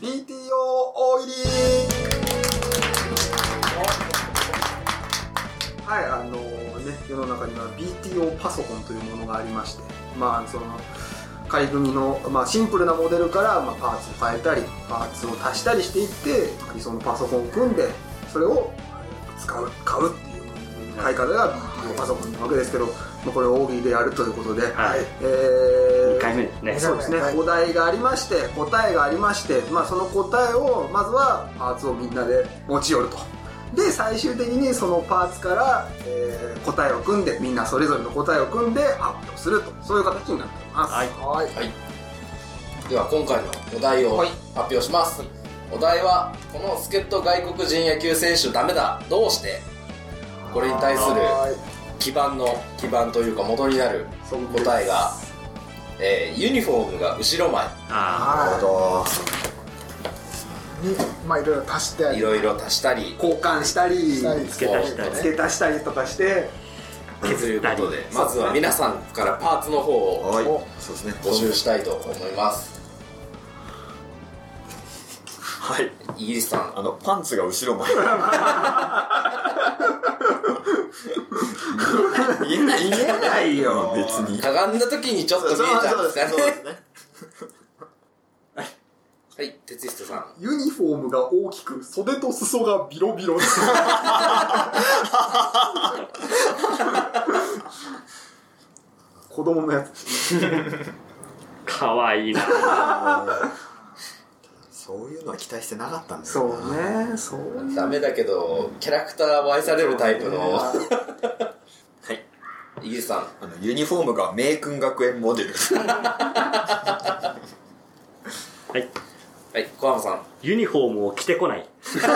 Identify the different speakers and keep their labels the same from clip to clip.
Speaker 1: BTO 大入りはいあのね世の中には BTO パソコンというものがありましてまあその仮組みの、まあ、シンプルなモデルから、まあ、パーツを変えたりパーツを足したりしていって理想のパソコンを組んでそれを使う買うっていう買い方が BTO パソコンなわけですけど、まあ、これを大喜利でやるということで、
Speaker 2: はい
Speaker 1: えー
Speaker 2: 2回目ですね
Speaker 1: そうですね、
Speaker 3: はい
Speaker 1: お題がありまして答えがありまして、まあ、その答えをまずはパーツをみんなで持ち寄るとで最終的にそのパーツから、えー答えを組んでみんなそれぞれの答えを組んで発表するとそういう形になっています、
Speaker 2: はい
Speaker 3: はい
Speaker 4: では今回のお題を発表します、お題はこの助っ人外国人野球選手ダメだどうしてこれに対する
Speaker 3: は
Speaker 4: 基盤の基盤というか元になる
Speaker 1: そうです
Speaker 4: 答えが、えーユニフォームが後ろ前
Speaker 2: あ
Speaker 3: い
Speaker 4: と
Speaker 3: にまあいろいろ足して
Speaker 4: いろいろ足したり
Speaker 1: 交換したり
Speaker 3: したり
Speaker 2: 付け足したり
Speaker 4: そう
Speaker 1: 付け足したりとかして
Speaker 2: あ
Speaker 4: とい
Speaker 2: 削
Speaker 4: う
Speaker 2: った
Speaker 4: こ
Speaker 2: り
Speaker 4: とでまずは皆さんからパーツの方を
Speaker 5: はいそうですね
Speaker 4: 募集したいと思います
Speaker 5: はい
Speaker 4: イギリスさん
Speaker 5: あのパンツが後 ろ前言えない言えないよ別に
Speaker 4: かがんだ時にちょっと見えちゃうんですかね
Speaker 5: ね
Speaker 4: はい哲人さん
Speaker 1: ユニフォームが大きく袖と裾がビロビロ子供のやつ
Speaker 2: かわいいな
Speaker 5: そういうのは期待してなかったんです
Speaker 1: そうねそうね
Speaker 4: ダメだけどキャラクターを愛されるタイプの
Speaker 5: はい
Speaker 4: イギリスさん
Speaker 5: あのユニフォームが明君学園モデル
Speaker 2: はい
Speaker 4: はい小浜さん
Speaker 2: ユニフォームを着てこない
Speaker 5: ダ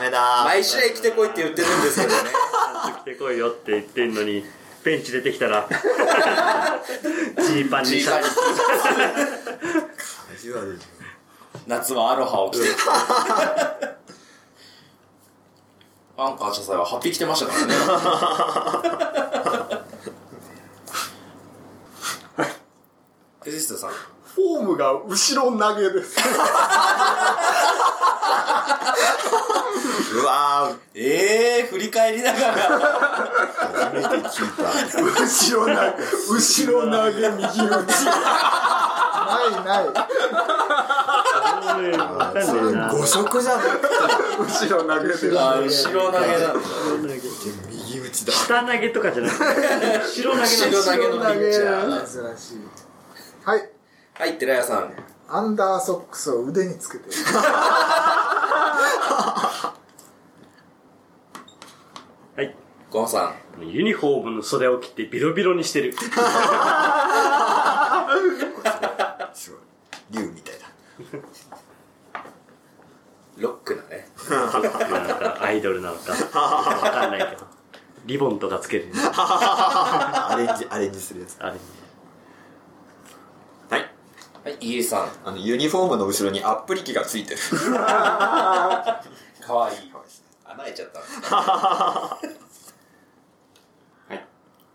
Speaker 5: メだ
Speaker 4: 毎試合来てこいって言ってるんですけど ね
Speaker 2: 着てこいよって言ってんのにベンチ出てきた らジーパンに
Speaker 4: ジ
Speaker 2: し
Speaker 4: ー
Speaker 2: た
Speaker 4: パンに
Speaker 5: カジュアルに
Speaker 4: 夏はアロハを着て アンカー謝罪はハッピー着てましたからね藤下さん
Speaker 1: フォームが後ろ投げです
Speaker 5: うわ
Speaker 4: ええ振り返りながら
Speaker 5: ー初めて聞いた
Speaker 1: 後ろ投げ後ろ投げ右打ち
Speaker 3: ないない
Speaker 2: そういうのわかんねえな
Speaker 5: 誤色じゃなくて
Speaker 1: 後ろ投げてる
Speaker 4: あ後ろ投げなんだ
Speaker 5: 右打ちだ
Speaker 2: 下投げとかじゃなくて白投げなんです
Speaker 4: 後ろ投げのピッチャー
Speaker 3: 珍しいはい
Speaker 4: はい寺谷さん
Speaker 3: アンダーソックスを腕につけてる
Speaker 2: はい
Speaker 4: ゴンさん
Speaker 2: ユニフォームの袖を切ってビロビロにしてる
Speaker 5: すごい竜みたいだ
Speaker 4: ロックだね
Speaker 2: なのかアイドルなのかわかんないけどリボンとかつける
Speaker 5: あアレンジアレンジするやつ
Speaker 2: あれに
Speaker 5: はい
Speaker 4: はいイギリスさん
Speaker 5: あのユニフォームの後ろにアップリ機がついて る
Speaker 4: かわいい穴開いちゃったはい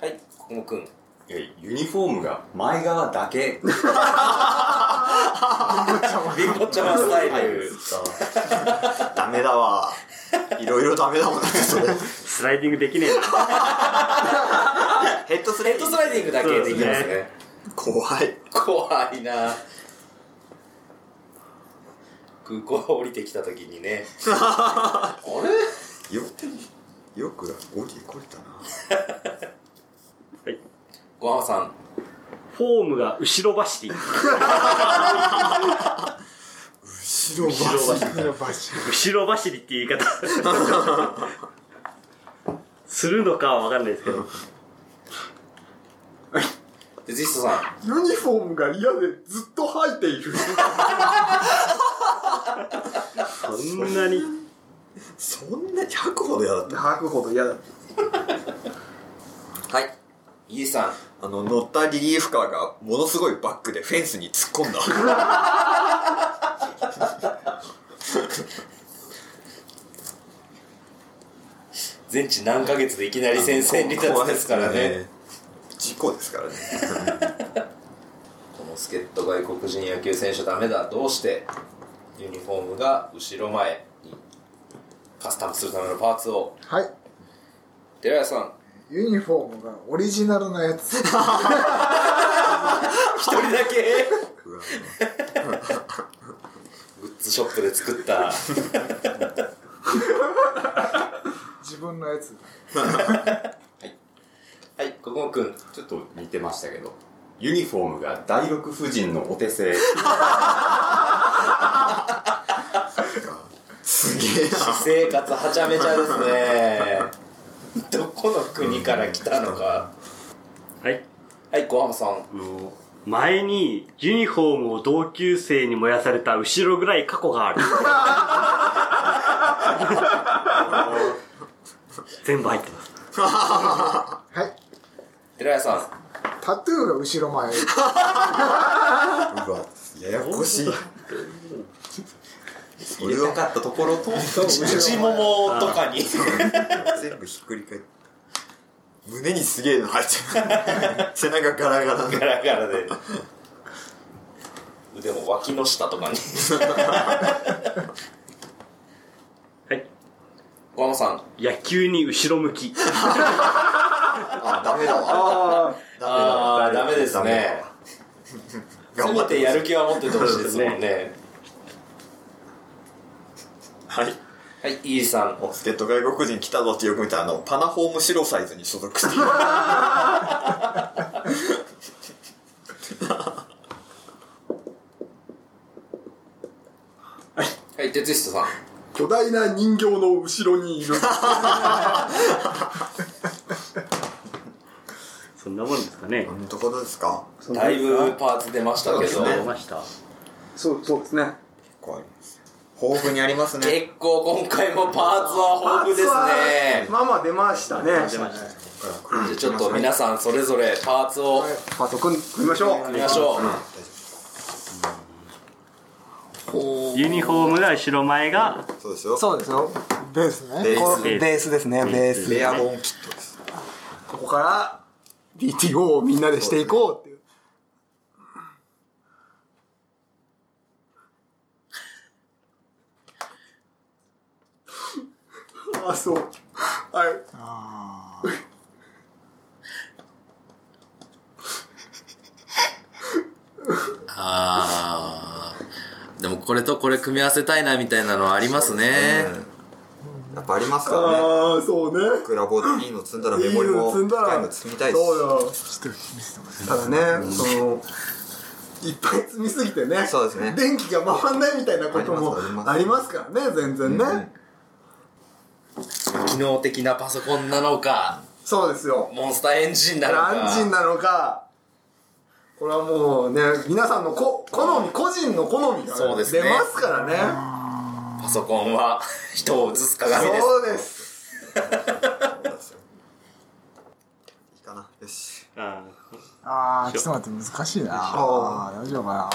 Speaker 4: はいここもくん
Speaker 6: いやユニフォームが前側だけ
Speaker 4: リンゴちゃまスタイル
Speaker 5: ダメだ わいろいろダメだもんねそれ
Speaker 2: スライディングできねえな
Speaker 5: ヘッドス
Speaker 4: レッ
Speaker 5: レッ
Speaker 4: ド
Speaker 5: ド
Speaker 4: スライディングだけできま
Speaker 2: そ
Speaker 4: す
Speaker 2: うです
Speaker 4: ね
Speaker 2: ね
Speaker 5: 怖い
Speaker 4: 怖いな空港降りてきた時にねあれ
Speaker 5: よくよく降りてこれたな
Speaker 2: はい
Speaker 4: ごはんさん
Speaker 2: フォームが後ろ走り
Speaker 5: 後ろ
Speaker 2: 後ろ走り
Speaker 3: 後ろ走る
Speaker 2: 後ろ走りっていう言い方するのかはわかんないですけど
Speaker 4: でジストさん
Speaker 1: ユニフォームが嫌でずっと履いている
Speaker 2: そんなに
Speaker 5: そんなに吐くほど嫌だった
Speaker 1: 履くほど嫌だ
Speaker 4: はいイエさん
Speaker 5: あの乗ったリリーフカーがものすごいバックでフェンスに突っ込んだ
Speaker 4: 全治何ヶ月でいきなり戦線離脱ですからね
Speaker 5: 事故ですからね
Speaker 4: この助っ人外国人野球選手ダメだどうしてユニフォームが後ろ前にカスタムするためのパーツを
Speaker 3: はい
Speaker 4: 寺谷さん
Speaker 3: ユニフォームがオリジナルのやつ
Speaker 4: 一人だけ
Speaker 5: うわ
Speaker 4: グッズショップで作った
Speaker 3: 自分のやつ
Speaker 4: はい小久保君
Speaker 6: ちょっと似てましたけどユニフォームが第六夫人のお手 製
Speaker 5: すげえな
Speaker 4: 私生活はちゃめちゃですねどこの国から来たのか
Speaker 2: はい
Speaker 4: はい小浜さん
Speaker 2: もう前にユニフォームを同級生に燃やされた後ろぐらい過去がある全部入ってます
Speaker 3: はい
Speaker 4: 寺谷さん
Speaker 3: タトゥーが後ろ前
Speaker 5: うわややこしい
Speaker 6: 入れたかったところと
Speaker 4: 内ももとかに
Speaker 5: 全部ひっくり返って胸にすげえの入ってる背中ガラガラの
Speaker 4: ガラガラで腕も脇の下とかに
Speaker 2: はい
Speaker 4: 小浜さん
Speaker 2: 野球に後ろ向き
Speaker 5: あダメだわ
Speaker 4: あーダメです
Speaker 5: ダメだ
Speaker 4: ね
Speaker 5: わ
Speaker 4: せ
Speaker 5: 頑
Speaker 4: め
Speaker 5: 張って
Speaker 4: やる気は持っててほしいですもんね
Speaker 5: はい
Speaker 4: はいイージさん
Speaker 5: お助っ人外国人来たぞってよく見たらあのパナホーム白サイズに所属している
Speaker 4: はい哲人さん
Speaker 1: 巨大な人形の後ろにいる
Speaker 2: そんなもんですかね
Speaker 5: 本当ことですか
Speaker 4: だいぶパーツ出ましたけど、
Speaker 2: 出ました
Speaker 1: そうそうですね
Speaker 5: 怖いです豊富にありますね
Speaker 4: 結構今回もパーツは豊富ですね
Speaker 1: まあまあ出ましたね
Speaker 2: 出ました
Speaker 4: じゃあちょっと皆さんそれぞれパーツを
Speaker 1: パート組ん組みましょう
Speaker 4: 見ましょう、
Speaker 2: ユニフォームが後ろ前が
Speaker 5: そうですよ
Speaker 7: そうですよ
Speaker 3: ベースね
Speaker 5: ベース
Speaker 7: こうベースですねベース
Speaker 5: レアボーンキットです
Speaker 7: ここから BTO をみんなでしていこうっていう
Speaker 1: あそうはい
Speaker 4: あーでもこれとこれ組み合わせたいなみたいなのはありますね
Speaker 5: やっぱありますからね
Speaker 1: ああそうね
Speaker 5: クラボいいの積んだらメモリも
Speaker 1: いいの積んだら
Speaker 5: 深いの積みたいし
Speaker 1: そうよただねそのいっぱい積みすぎてね
Speaker 5: そうですね
Speaker 1: 電気が回んないみたいなことも
Speaker 5: あります
Speaker 1: あ
Speaker 5: あ
Speaker 1: り
Speaker 5: り
Speaker 1: ますからね全然ね、
Speaker 4: 機能的なパソコンなのか
Speaker 1: そうですよ
Speaker 4: モンスターエンジンなのか
Speaker 1: 何人なのかこれはもうね皆さんのこ好み個人の好みが、
Speaker 4: そうですね
Speaker 1: 出ますからね
Speaker 4: パソコンは人を映す鏡です
Speaker 1: そうです
Speaker 5: いいかなよし
Speaker 2: あ
Speaker 3: あーちょっと待って難しいなあー大丈夫か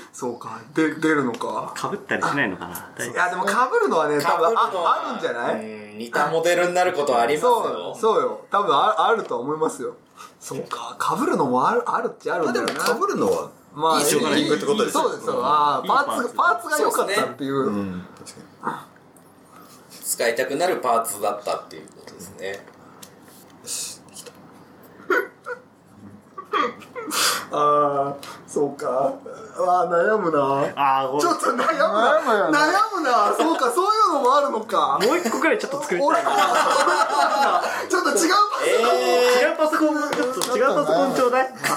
Speaker 1: そうかで出るのか
Speaker 2: かぶったりしないのかな大
Speaker 1: いやでも被るのはね多
Speaker 4: 被る
Speaker 1: 分
Speaker 4: のは
Speaker 1: ああるんじゃない、
Speaker 4: うん似たモデルになることはあります
Speaker 1: そう
Speaker 4: よ
Speaker 1: そうよ多分ああると思いますよそうか被るのもあるあるっちゃある
Speaker 5: ま
Speaker 1: ん
Speaker 5: あ
Speaker 1: だ
Speaker 5: で
Speaker 1: よ
Speaker 5: も
Speaker 1: ね
Speaker 5: 被るのは
Speaker 1: まあ、
Speaker 5: いいショッピングってことですよ
Speaker 1: そうですよ。ああ、パー
Speaker 2: いい
Speaker 1: ツ、パ
Speaker 2: パ
Speaker 1: ーツが良かったっていう。
Speaker 5: うん確かに
Speaker 4: 使いたくなるパーツだったっていうことですね
Speaker 1: ああ、そうか。ああ、悩むな。
Speaker 2: あーごめ
Speaker 1: ち
Speaker 2: ん
Speaker 1: ょっと悩むな。悩むな。そうか、そういうのもあるのか。
Speaker 2: もう一個くらいちょっと作りた
Speaker 1: 俺
Speaker 2: いな
Speaker 1: ちょっと違う
Speaker 2: 違うパソコンちょっと違うパソコンちょうだい
Speaker 1: パス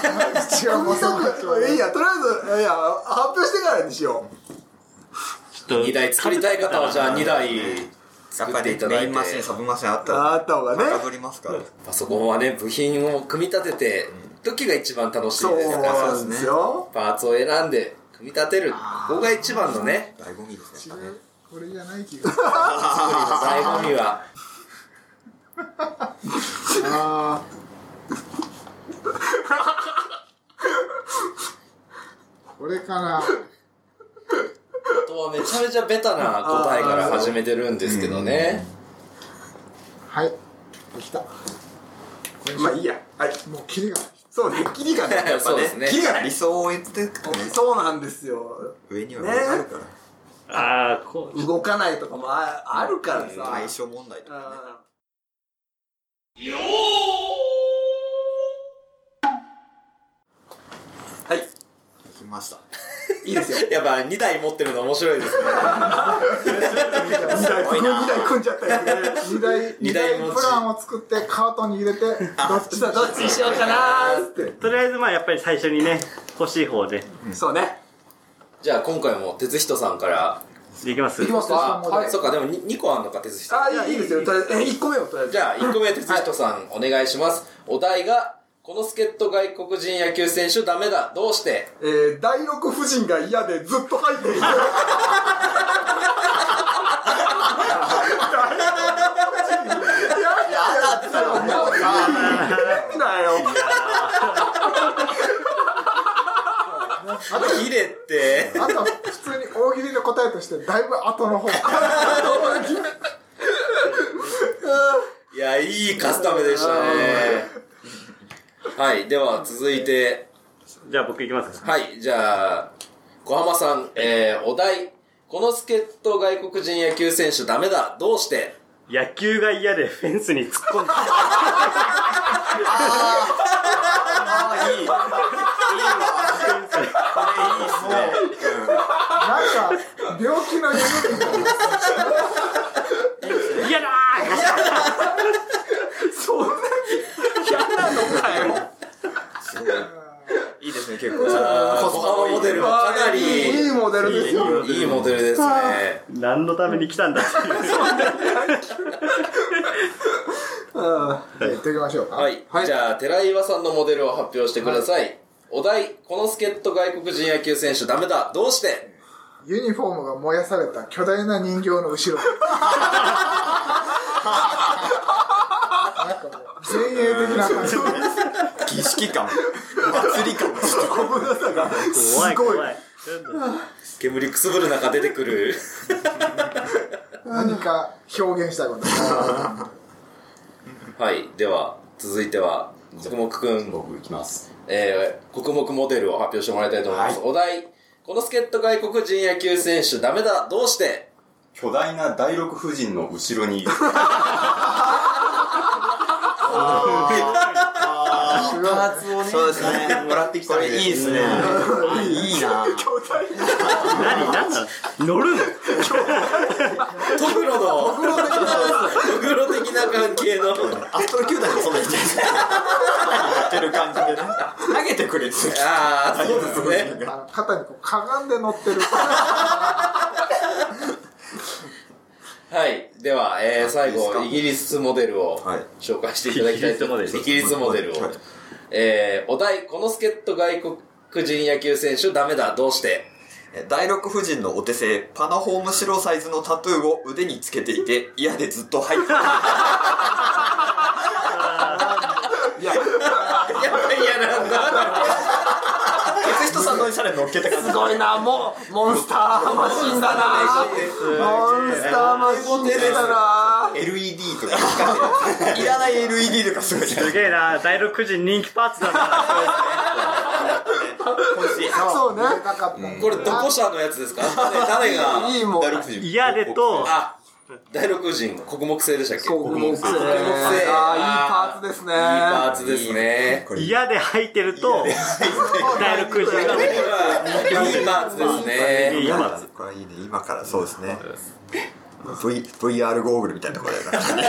Speaker 1: 組みたくいいや、とりあえず、いや、発表してからにしよ
Speaker 2: ちょっと
Speaker 4: 2台作りたい方はじゃあ2台
Speaker 5: やっ
Speaker 4: 作
Speaker 5: ぱ
Speaker 4: ってい
Speaker 5: り
Speaker 4: ただ
Speaker 5: メイ
Speaker 4: い
Speaker 5: ン
Speaker 4: て
Speaker 5: マシンサブマシンあっ
Speaker 1: う。
Speaker 5: た
Speaker 1: あ
Speaker 5: ら
Speaker 1: った方がね。
Speaker 5: 被りますから
Speaker 4: パソコンはね部品を組み立てて時が一番楽しい
Speaker 1: そう
Speaker 4: ですから
Speaker 1: なんですよ。
Speaker 4: パーツを選んで組み立てるここが一番のね
Speaker 5: 醍醐味ですね
Speaker 3: なこれじゃない気が
Speaker 4: 作りの醍醐味は
Speaker 3: あーこれかな
Speaker 4: あとはめちゃめちゃベタな答えから始めてるんですけどね
Speaker 3: はいできた
Speaker 1: まあいいや。はい。
Speaker 3: もうキリがない
Speaker 1: そうね、キリがね、
Speaker 4: そうですね
Speaker 5: キリが理想を言ってくとね
Speaker 1: そうなんですよ。
Speaker 5: 上には上があるから、
Speaker 2: ああ、こう。
Speaker 1: 動かないとかもああるからさ。
Speaker 5: 対象問題とかね
Speaker 1: あーはい、
Speaker 5: 聞きました
Speaker 1: いいですよ。
Speaker 4: やっぱ2台持ってるの面白いですね
Speaker 3: 2台組んじゃったや つね2台
Speaker 4: 二
Speaker 3: 二
Speaker 4: 台
Speaker 3: 台
Speaker 4: 持ち
Speaker 3: プランを作ってカートに入れてどっちだどっちにしようかなーって
Speaker 2: とりあえず、まあ、やっぱり最初にね、欲しい方で。
Speaker 1: そうね。
Speaker 4: じゃあ今回も哲人さんから
Speaker 2: できます
Speaker 1: いきます
Speaker 4: あ
Speaker 1: か。
Speaker 4: はいそっかでも 2, 個あんのか哲人さん
Speaker 1: あー、いいいいですよ。とりあえず、え1個目をとりあえず。
Speaker 4: じゃあ1個目哲人さんお願いします、お題がこの助っ人外国人野球選手ダメだどうして
Speaker 1: えー、第六夫人が嫌でずっと入っている。なんだよ。
Speaker 4: 切れて
Speaker 3: あと普通に大喜利の答えとしてだいぶ 後の方
Speaker 4: いやいいカスタムでしたねはいでは続いて
Speaker 2: じゃあ、僕いきます。
Speaker 4: はい、じゃあ、小浜さん、えー、お題、この助っ人外国人野球選手ダメだ、どうして
Speaker 2: 野球が嫌でフェンスに突っ込んだ。
Speaker 3: なんか病気の夢みたいな
Speaker 2: 嫌だ
Speaker 5: いいですね結構
Speaker 4: あー小浜モデルはかなり、
Speaker 1: いいモデルですよ。
Speaker 4: いいモデルですね。
Speaker 2: ー何のために来たんだっていう。
Speaker 3: じゃあ行ってきましょうか
Speaker 4: はい、じゃあ、寺岩さんのモデルを発表してください。お題、この助っ人外国人野球選手ダメだ、どうして
Speaker 3: ユニフォームが燃やされた巨大な人形の後ろなんかもう前衛的な感じ
Speaker 5: 儀式感 祭り感ちょっと
Speaker 2: 怖い怖い。
Speaker 4: 煙くすぶる中出てく る。
Speaker 3: 何か表現したいこと
Speaker 4: はい、では、続いては、徳木くん。
Speaker 6: 僕いきます。
Speaker 4: えー、国目モデルを発表してもらいたいと思います。お題、この助っ人外国人野球選手ダメだ、どうして
Speaker 6: 巨大な第六夫人の後ろに、
Speaker 5: パーツをねそうですねもらってきたこれいいですねいいな
Speaker 2: 何何なの乗るの
Speaker 4: トグロの、トグロ的な関係の、
Speaker 5: アストロ球団がそんなに言ってないやってる感じでね投げてくれてる
Speaker 4: ああ、そうですね。
Speaker 3: あの肩にこうかがんで乗ってる
Speaker 4: はい、では、えー、最後、
Speaker 5: い
Speaker 4: イ
Speaker 5: い
Speaker 4: ギリスモデルを
Speaker 5: はい
Speaker 4: 紹介していただきたいと思います。イ
Speaker 2: イ
Speaker 4: ギリスモデルを
Speaker 5: はい。
Speaker 4: えー、お題、この助っ人外国人野球選手ダメだ、どうして
Speaker 5: え第六夫人のお手製パナホーム白サイズのタトゥーを腕につけていて嫌でずっと入ってる
Speaker 4: やっぱり嫌なんだ。
Speaker 5: 哲人さんのおしゃれ乗っけた感じ
Speaker 1: すごいな、もう、モンスターマシンだな。モンスターマシンだな。
Speaker 5: LED とか光ってるいらない LED とかすごいじゃない
Speaker 2: すげえな、第六人人気パーツだな。
Speaker 3: そうねなかった、
Speaker 4: これ、どこ社のやつですか誰が、
Speaker 1: いいもん。
Speaker 5: 第六夫人
Speaker 2: 嫌でと、
Speaker 4: あ、第六人、国木製でしたっけ
Speaker 1: そう、木製。ああ、いいパーツですね。
Speaker 4: いいパーツですね。
Speaker 5: これ
Speaker 2: 嫌で吐いてると、第六人が
Speaker 4: これはいいパーツですね。
Speaker 2: 嫌
Speaker 5: 今
Speaker 2: だ
Speaker 5: だこれいいね今からそうですね v VR ゴーグルみたいなところだからね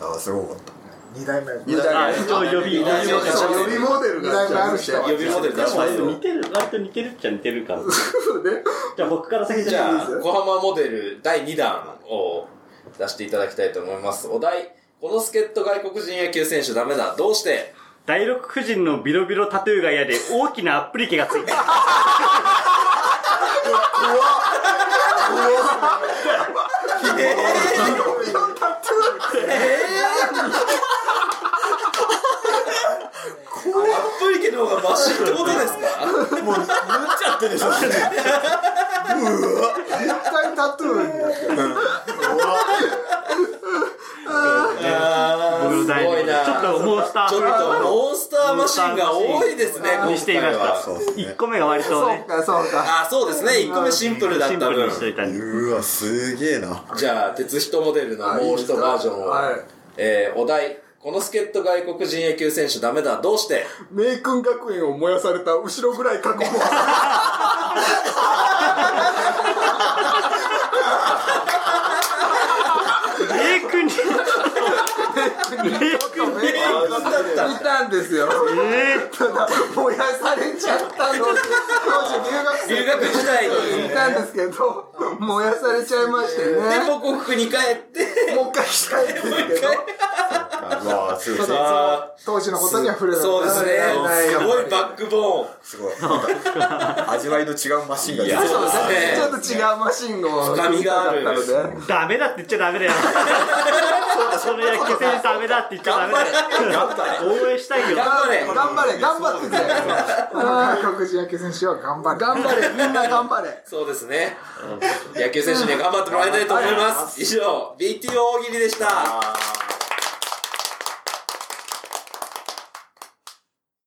Speaker 5: あーすごかった
Speaker 3: 2代目
Speaker 1: 二代目
Speaker 2: 一応予備、
Speaker 1: そう予備モデルが
Speaker 3: 二代目ある人
Speaker 4: 予備モデル出しま
Speaker 2: 割
Speaker 4: す
Speaker 2: と
Speaker 4: よ
Speaker 2: 似。てる、割と似てるっちゃ似てるから。じゃあ僕から先
Speaker 4: じ
Speaker 2: じゃ
Speaker 4: ゃ
Speaker 2: あ
Speaker 4: あ、。小浜モデル第2弾を出していただきたいと思います。お題、この助っ人外国人野球選手ダメだ。どうして
Speaker 2: 第六夫人のビロビロタトゥーが嫌で大きなアップリケがついてる。
Speaker 4: アップリケの方がマシってことですか
Speaker 3: 絶対タトゥーになってる
Speaker 2: 僕の
Speaker 4: す
Speaker 2: 第
Speaker 4: ごい
Speaker 2: 六
Speaker 4: な
Speaker 2: ちょっとモンスター
Speaker 4: ちょっ
Speaker 2: 風
Speaker 4: とンが多いですね、今
Speaker 2: にしていまし
Speaker 4: 回は
Speaker 2: た。
Speaker 5: そうですね
Speaker 2: 1個目が割と
Speaker 1: そう
Speaker 2: ね、
Speaker 1: かそうか
Speaker 4: あ、そうですね、1個目シンプルだっ
Speaker 2: シ
Speaker 4: た
Speaker 2: ンプル
Speaker 4: 分
Speaker 2: に。しといたんで。
Speaker 5: うわすげえな
Speaker 4: じゃあ、鉄人モデルのもう一バージョンを。
Speaker 1: はい
Speaker 4: えーお題。この助っ人外国人野球選手ダメだ。どうして
Speaker 3: 名君学園を燃やされた後ろぐらい過去も
Speaker 2: レイ君に、レイ君に、
Speaker 1: 見たんですよ
Speaker 2: え
Speaker 1: 燃やされちゃったの当時留学生
Speaker 4: 留学時代に、
Speaker 1: いたんですけど燃やされちゃいましてね
Speaker 4: で、母国に帰って、
Speaker 1: もう一回したいんですけど
Speaker 5: うわすごい
Speaker 4: あ
Speaker 3: 当時のことには触れ
Speaker 4: ー
Speaker 3: な
Speaker 4: そうですね
Speaker 1: ないない。
Speaker 4: すごいバックボーン。
Speaker 5: すごい味わいの違うマシンが出てき
Speaker 4: そう
Speaker 5: た
Speaker 4: ですね
Speaker 1: ちょっと違うマシンを
Speaker 4: 深みがある
Speaker 1: 見たかったので
Speaker 2: ーダメだって言っちゃダメだよ。その野球選手ダメだって言っちゃダメだよ。応援したいよ。
Speaker 4: 頑張れ
Speaker 1: 頑張れ頑張ってくれ
Speaker 3: 外国人野球選手は頑張る
Speaker 1: 頑張れみんな頑張れ
Speaker 4: そうですね。野球選手には頑張ってもらいたいと思います。以上、BTO 大喜利でした。
Speaker 5: あー